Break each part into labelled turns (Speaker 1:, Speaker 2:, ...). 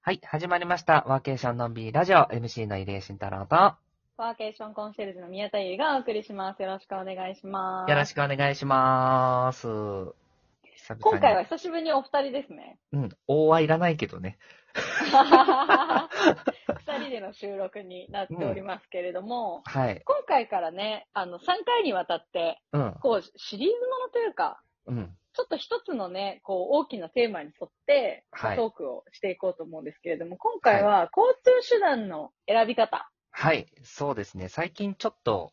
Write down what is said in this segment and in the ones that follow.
Speaker 1: はい、始まりました。ワーケーションのんびりラジオ、MC の入江慎太郎と、
Speaker 2: ワーケーションコンシェルジュの宮田ゆいがお送りします。よろしくお願いします。
Speaker 1: よろしくお願いします。久々に
Speaker 2: 今回は久しぶりにお二人です ね。
Speaker 1: うん、大はいらないけどね。
Speaker 2: 二人での収録になっておりますけれども、
Speaker 1: はい、
Speaker 2: 今回からね、あの、3回にわたって、
Speaker 1: うん、
Speaker 2: こう、シリーズものというか、
Speaker 1: うん、
Speaker 2: ちょっと一つのね、こう、大きなテーマに沿って、
Speaker 1: はい
Speaker 2: トークをしていこうと思うんですけれども、今回は交通手段の選び方。
Speaker 1: はい、そうですね。最近ちょっと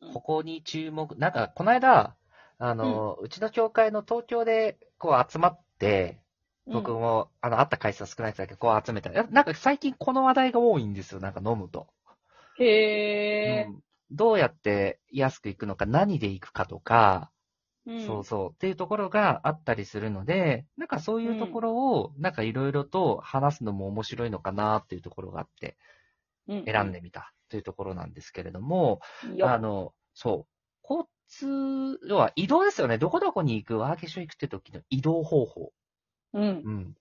Speaker 2: う、ん
Speaker 1: ここに注目、なんか、この間、あの、うちの教会の東京で、こう集まって、僕
Speaker 2: うん
Speaker 1: も、あの、会った回数は少ないですけど、こう集めた。やなんか最近この話題が多いんですよ、なんか飲むと。
Speaker 2: へ
Speaker 1: う
Speaker 2: ー
Speaker 1: んどうやって安く行くのか、何で行くかとか、
Speaker 2: うん
Speaker 1: そうそう、っていうところがあったりするので、なんかそういうところを、なんかいろいろと話すのも面白いのかなっていうところがあって、
Speaker 2: うん
Speaker 1: 選んでみたというところなんですけれども、
Speaker 2: いいよ
Speaker 1: あの、そう、交通、要は移動ですよね。どこどこに行く、ワーケーション行くって時の移動方法。
Speaker 2: うん
Speaker 1: うん。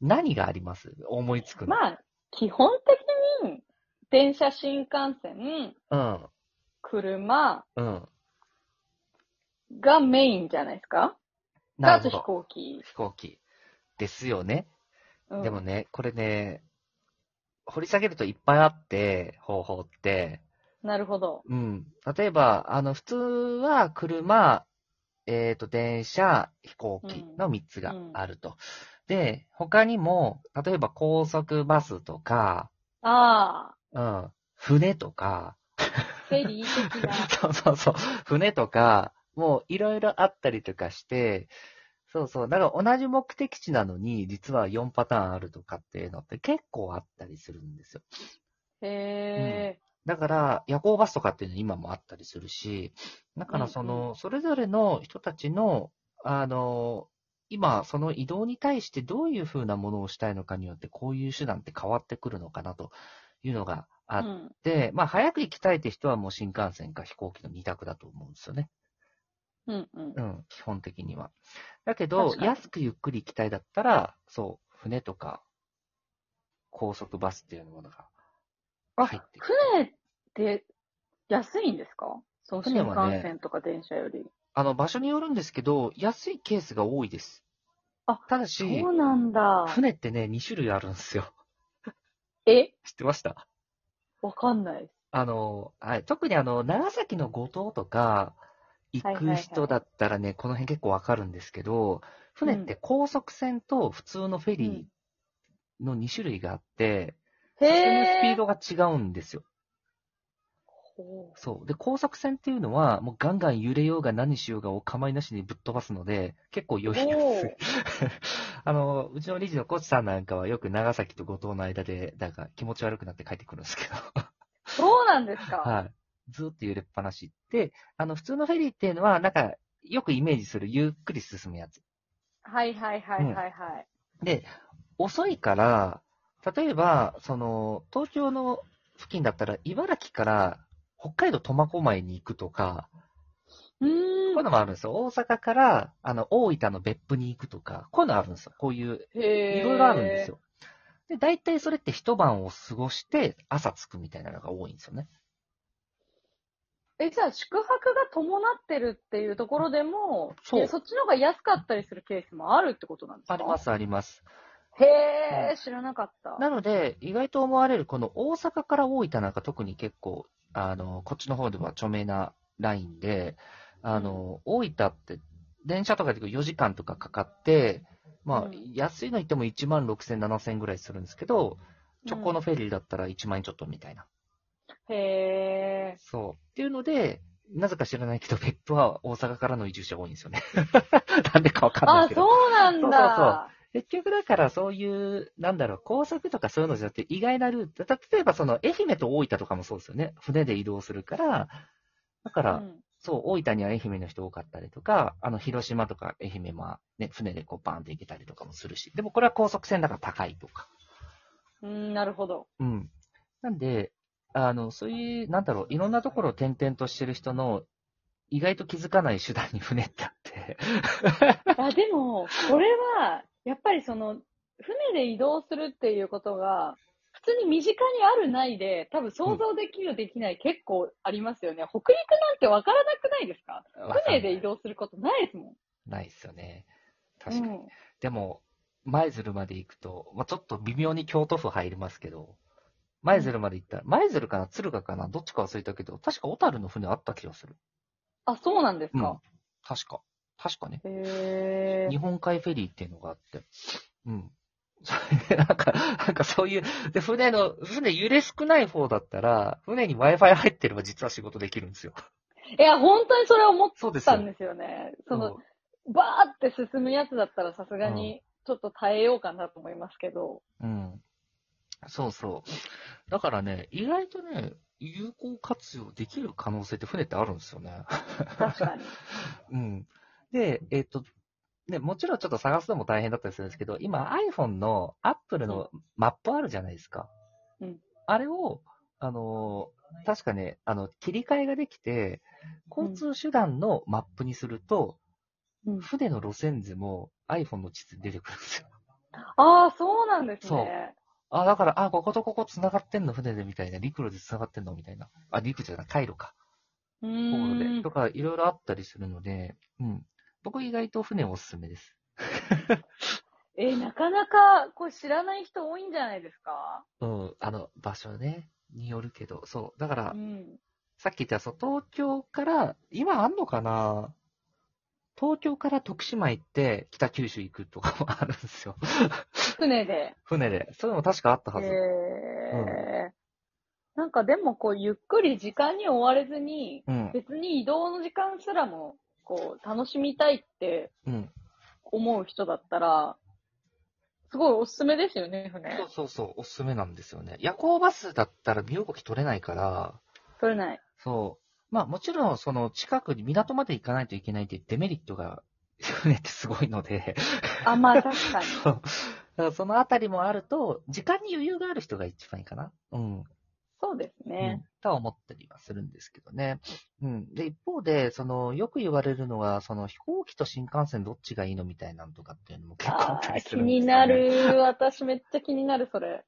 Speaker 1: 何があります思いつくの。
Speaker 2: まあ、基本的に、電車、新幹線、車
Speaker 1: うん、うん。
Speaker 2: がメインじゃないですか
Speaker 1: な
Speaker 2: あ
Speaker 1: るほ
Speaker 2: と
Speaker 1: ど。
Speaker 2: 飛行機。
Speaker 1: 飛行機。ですよね。
Speaker 2: うん
Speaker 1: でもね、これね、掘り下げるといっぱいあって、方法って。
Speaker 2: なるほど。
Speaker 1: うん。例えば、あの、普通は車、えっ、と、電車、飛行機の3つがあると。で、他にも、例えば高速バスとか、
Speaker 2: あ
Speaker 1: うん、船とか、
Speaker 2: あ、フェリー的な。
Speaker 1: そうそうそう、船とか、もういろいろあったりとかして、そうそう、だから同じ目的地なのに、実は4パターンあるとかっていうのって結構あったりするんですよ。
Speaker 2: へえ、
Speaker 1: だから、夜行バスとかっていうのは今もあったりするし、だからその、それぞれの人たちの、あの、今、その移動に対してどういうふうなものをしたいのかによって、こういう手段って変わってくるのかなというのがあ
Speaker 2: う
Speaker 1: っ
Speaker 2: ん。
Speaker 1: て、まあ、早く行きたいって人はもう新幹線か飛行機の2択だと思うんですよね。
Speaker 2: うんうん
Speaker 1: う。ん、基本的には。だけど
Speaker 2: 確、かに
Speaker 1: 安くゆっくり行きたいだったら、そう、船とか、高速バスっていうものが入ってくる。
Speaker 2: 船って安いんですかその新
Speaker 1: 船はね
Speaker 2: 幹線とか電車より。
Speaker 1: あの、場所によるんですけど、安いケースが多いです。
Speaker 2: あ
Speaker 1: ただし
Speaker 2: そ、うなんだ。
Speaker 1: 船ってね、2種類あるんですよ。
Speaker 2: え
Speaker 1: 知ってました
Speaker 2: わかんない。
Speaker 1: あの、はい、特にあの、長崎の五島とか、行
Speaker 2: はいはい
Speaker 1: く
Speaker 2: はい
Speaker 1: 人だったらね、この辺結構わかるんですけど、船って高速船と普通のフェリーの2種類があって、
Speaker 2: へ
Speaker 1: 進むスピー
Speaker 2: え。
Speaker 1: ドが違うんですよ。
Speaker 2: ほう
Speaker 1: そう。で、高速船っていうのは、もうガンガン揺れようが何しようがお構いなしにぶっ飛ばすので、結構酔いや
Speaker 2: お
Speaker 1: すい
Speaker 2: ー。
Speaker 1: あの、うちの理事のコチさんなんかはよく長崎と五島の間で、なんか気持ち悪くなって帰ってくるんですけど。
Speaker 2: そうなんですか。
Speaker 1: はい。ずーっと揺れっぱなし。で、あの、普通のフェリーっていうのは、なんか、よくイメージするゆっくり進むやつ。
Speaker 2: はいはいはいはいはい。
Speaker 1: で、遅いから、例えば、その、東京の付近だったら、茨城から北海道苫小牧に行くとか、
Speaker 2: う
Speaker 1: こう
Speaker 2: ーん
Speaker 1: いうのもあるんですよ。大阪から、あの、大分の別府に行くとか、こういうのあるんですよ。こういう、
Speaker 2: へ
Speaker 1: いろいろあるんです。よ。で、大体それって一晩を過ごして、朝着くみたいなのが多いんですよね。
Speaker 2: え、じゃあ宿泊が伴ってるっていうところでも、
Speaker 1: そう
Speaker 2: いやそっちの方が安かったりするケースもあるってことなんですか
Speaker 1: ありま。す、あります。
Speaker 2: へえ、知らなかった。
Speaker 1: なので、意外と思われる、この大阪から大分なんか特に結構、あの、こっちの方では著名なラインで、あの、大分って、電車とかで4時間とかかかって、まあ
Speaker 2: う、ん
Speaker 1: 安いの言っても1万6000、7000ぐらいするんですけど、直行の
Speaker 2: うん
Speaker 1: フェリーだったら1万円ちょっとみたいな。
Speaker 2: へえ。
Speaker 1: そう。っていうので、なぜか知らないけど、別府は大阪からの移住者多いんです よね。なんでかわかんない
Speaker 2: あ、
Speaker 1: け
Speaker 2: そ
Speaker 1: ど。
Speaker 2: うなんだ。
Speaker 1: 結局だからそういう、なんだろう、高速とかそういうのじゃなくて意外なルート。た例えばその愛媛と大分とかもそうですよね。船で移動するから、だから、
Speaker 2: うん
Speaker 1: そう、大分には愛媛の人多かったりとか、あの、広島とか愛媛もね、船でこうバーンって行けたりとかもするし。でもこれは高速船だから高いとか。
Speaker 2: うん、なるほど。
Speaker 1: うん。なんで、あの、そういう、なんだろう、いろんなところを転々としてる人の、意外と気づかない手 段に船ってあって。
Speaker 2: あ、でも、これは、やっぱりその、船で移動するっていうことが、普通に身近にあるないで、多分想像できる、できない結構ありますよね。北陸なんてわからなくないですか
Speaker 1: わかんない
Speaker 2: 船で移動することないですもん。
Speaker 1: ないですよね。確かに。
Speaker 2: うん
Speaker 1: でも、舞鶴まで行くと、まあ、ちょっと微妙に京都府入りますけど、舞鶴まで行ったら、舞鶴かな敦賀かなどっちか忘れたけど、確か小樽の船あった気がする。
Speaker 2: あ、そうなんですか。
Speaker 1: 確か。確かね。
Speaker 2: へえ
Speaker 1: 日本海フェリーっていうのがあって。うん。 それでなんか、なんかそういう、で、船の、船揺れ少ない方だったら、船に Wi-Fi 入ってれば実は仕事できるんですよ。
Speaker 2: いや、本当にそれ思っ
Speaker 1: そうです
Speaker 2: た
Speaker 1: よ
Speaker 2: ん。ですよね。
Speaker 1: そ
Speaker 2: そうの、バーって進むやつだったらさすがに、ちょっと耐えようかなと思いますけ ど。
Speaker 1: うん。そうそう。だからね、意外とね、有効活用できる可能性って船ってあるんですよね。
Speaker 2: 確かに。
Speaker 1: うん。で、えっ、と、ね、もちろんちょっと探すのも大変だったりするんですけど、今 iPhone の Apple のマップあるじゃないですか。
Speaker 2: うん
Speaker 1: あれを、あのー確かね、あの、切り替えができて、交通手段のマップにすると、
Speaker 2: うん
Speaker 1: 船の路線図も iPhone の地図に出てくるんですよ。
Speaker 2: ああ、そうなんです
Speaker 1: そう
Speaker 2: ね。
Speaker 1: あ、だから、あ、こことここ繋がってんの、船でみたいな、陸路で繋がってんのみたいな。あ、陸じゃない、回路か。
Speaker 2: うー
Speaker 1: 航路
Speaker 2: ん
Speaker 1: で。と。か、いろいろあったりするので、うん。僕意外と船おすすめです。
Speaker 2: えーなかなか、これ知らない人多いんじゃないですか
Speaker 1: うん、あの、場所ね、によるけど、そう。だか
Speaker 2: う
Speaker 1: ら、
Speaker 2: ん。
Speaker 1: さっき言った、そう、東京から、今あんのかな東京から徳島行って、北九州行くとかもあるんですよ。
Speaker 2: 船で。
Speaker 1: 船で。そういうのも確かあったは
Speaker 2: え
Speaker 1: ず。
Speaker 2: ーなんかでもこう、ゆっくり時間に追われずに、
Speaker 1: うん、
Speaker 2: 別に移動の時間すらも、こう、楽しみたいって
Speaker 1: うん。
Speaker 2: 思う人だったら、すごいおすすめですよね、船
Speaker 1: そ。うそうそう、おすすめなんですよね。夜行バスだったら身動き取れないから、
Speaker 2: 取れない。
Speaker 1: そう。まあもちろん、その近くに港まで行かないといけないっていうデメリットが、船ってすごいので、
Speaker 2: あ、まあ確かに。
Speaker 1: そうだからそのあたりもあると、時間に余裕がある人が一番いいかな。うん。
Speaker 2: そうです
Speaker 1: うん
Speaker 2: ね。、
Speaker 1: とは思ったりはするんですけどね。うん。で、一方で、その、よく言われるのが、その飛行機と新幹線どっちがいいのみたいなのとかっていうのも結構あ
Speaker 2: あ
Speaker 1: った
Speaker 2: あ、
Speaker 1: りす
Speaker 2: 気
Speaker 1: るんですよ、ね。
Speaker 2: にな。る。私めっちゃ気になる、それ。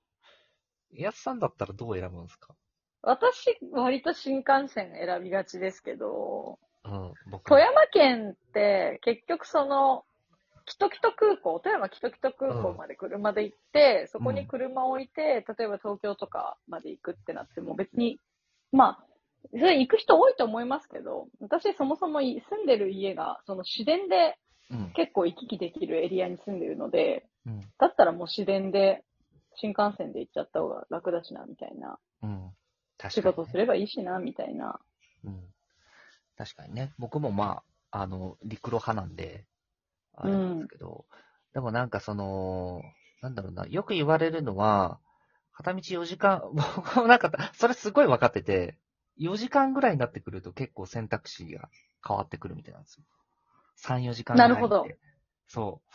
Speaker 1: やすさんだったらどう選ぶんですか
Speaker 2: 私、割と新幹線選びがちですけど、
Speaker 1: うん。僕
Speaker 2: 富山県って結局その、キトキト空港、富山キトキト空港まで車で行って、そこに車を置いて、例えば東京とかまで行くってなっても別に、まあ、それ行く人多いと思いますけど、私そもそもい住んでる家が、その市電で
Speaker 1: うん。
Speaker 2: 結構行き来できるエリアに住んでるので、
Speaker 1: うん。
Speaker 2: だったらもう市電で新幹線で行っちゃった方が楽だしな、みたいな。
Speaker 1: うん。確
Speaker 2: 仕
Speaker 1: かに、
Speaker 2: 事すればいいしな、みたいな。
Speaker 1: うん。確かにね。僕もまあ、あの、陸路派なんで、あれ
Speaker 2: うん
Speaker 1: なんですけど、でもなんかその、なんだろうな、よく言われるのは、片道4時間、 僕もなんか、それすごい分かってて、4時間ぐらいになってくると結構選択肢が変わってくるみたいなんですよ。3、4時間ぐらい
Speaker 2: なるほど
Speaker 1: ってそう。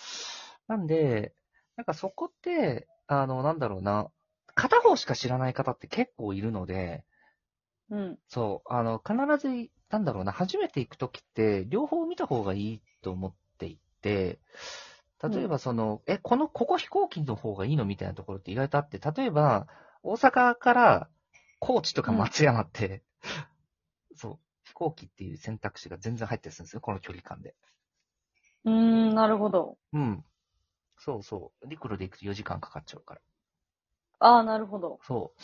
Speaker 1: なんで、なんかそこって、あの、なんだろうな、片方しか知らない方って結構いるので、
Speaker 2: うん。
Speaker 1: そう、あの、必ず、なんだろうな、初めて行くときって、両方見た方がいいと思っていて、例えばその、え、この、ここ飛行機の方がいいのみたいなところって意外とあって、例えば、大阪から高知とか松山って、 そう、飛行機っていう選択肢が全然入ってるんですよ、この距離感で。
Speaker 2: うーん、なるほど。
Speaker 1: うん。そうそう。陸路で行くと4時間かかっちゃうから。
Speaker 2: ああ、なるほど。
Speaker 1: そう。っ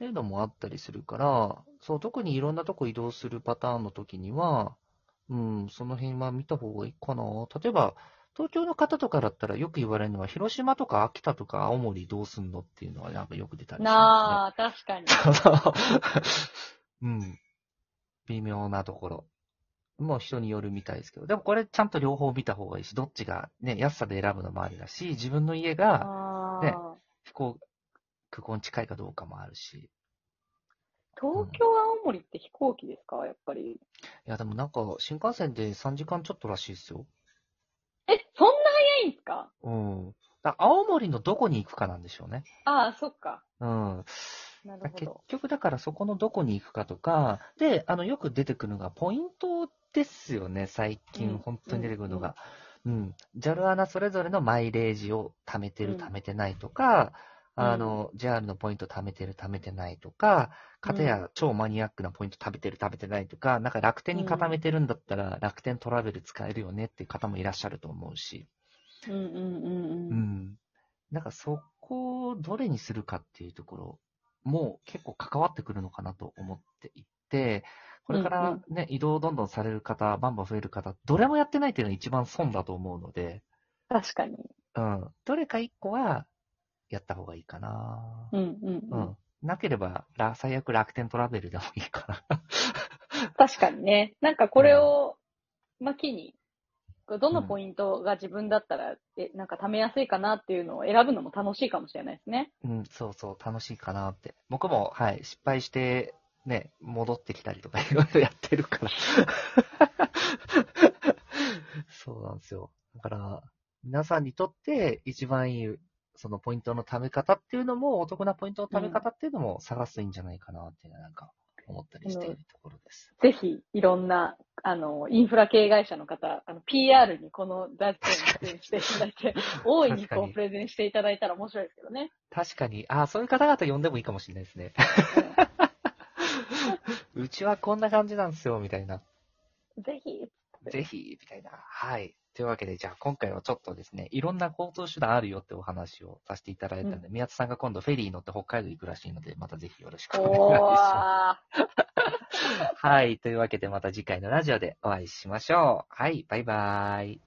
Speaker 1: ていうのもあったりするから、そう、特にいろんなとこ移動するパターンの時には、うん、その辺は見た方がいいかな。例えば、東京の方とかだったらよく言われるのは、広島とか秋田とか青森どうすんのっていうのはなんかよく出たりしま
Speaker 2: なあ、確 かに。
Speaker 1: すね。 うん。微妙なところ。もう人によるみたいですけど。でもこれちゃんと両方見た方がいいし、どっちがね、安さで選ぶのもありだし、自分の家が、
Speaker 2: あー
Speaker 1: ね飛行、空港に近いかどうかもあるし。
Speaker 2: 東京、青森って飛行機ですかやっぱり。
Speaker 1: いや、でもなんか、新幹線で3時間ちょっとらしいですよ。
Speaker 2: え、そんな早いんですか
Speaker 1: うん。だ青森のどこに行くかなんでしょうね。
Speaker 2: ああ、そっか。
Speaker 1: うん。
Speaker 2: なるほ
Speaker 1: 結
Speaker 2: ど。
Speaker 1: 局だからそこのどこに行くかとか、で、あの、よく出てくるのがポイントですよね、最
Speaker 2: う
Speaker 1: 近
Speaker 2: ん
Speaker 1: 本当に出てくるのが。うん、JAL アナそれぞれのマイレージを貯めてる、貯めてないとか、
Speaker 2: うん
Speaker 1: あの、JAL のポイント貯めてる、貯めてないとか、かたや超マニアックなポイント貯めてる、貯めてないとか、なんか楽天に固めてるんだったら、楽天トラベル使えるよねっていう方もいらっしゃると思うし、
Speaker 2: うんうんうん
Speaker 1: う
Speaker 2: うん。
Speaker 1: ん。なんかそこをどれにするかっていうところも結構関わってくるのかなと思っていて、これからね、移動をどんどんされる方、バンバン増える方、どれもやってないっていうのが一番損だと思うので、
Speaker 2: 確かに。
Speaker 1: うん。どれか一個はやった方がいいかな。
Speaker 2: うんうん
Speaker 1: う。
Speaker 2: うんん。
Speaker 1: なければ、ら最悪楽天トラベルでもいいかな。
Speaker 2: 確かにね。なんかこれを、まあ、機に、こうどのポイントが自分だったら、え、なんか貯めやすいかなっていうのを選ぶのも楽しいかもしれないですね。
Speaker 1: うん、そうそう、楽しいかなって。僕も、はい、失敗して、ね、戻ってきたりとかいろいろやってるから。 そうなんですよ。だから、皆さんにとって一番いい、そのポイントの貯め方っていうのも、お得なポイントの貯め方っていうのも探すといいんじゃないかなって、なんか思ったりしているところです。
Speaker 2: ぜひ、いろんな、あの、インフラ系会社の方、あの、PR にこのダッチに出演していただ いて、大いに
Speaker 1: 確か
Speaker 2: こ
Speaker 1: に
Speaker 2: う、プレゼンしていただいたら面白いですけどね。
Speaker 1: 確かに、ああ、そういう方々呼んでもいいかもしれないですね。うちはこんな感じなんですよ、みたいな。
Speaker 2: うんぜ ひ、
Speaker 1: ぜひ、みたいな。はい。というわけで、じゃあ今回はちょっとですね、いろんな交通手段あるよってお話をさせていただいたんで、宮津さんが今度フェリー乗って北海道行くらしいので、またぜひよろしくお願いし
Speaker 2: お
Speaker 1: ま
Speaker 2: ー。
Speaker 1: す。はい。というわけで、また次回のラジオでお会いしましょう。はい。バイバイ。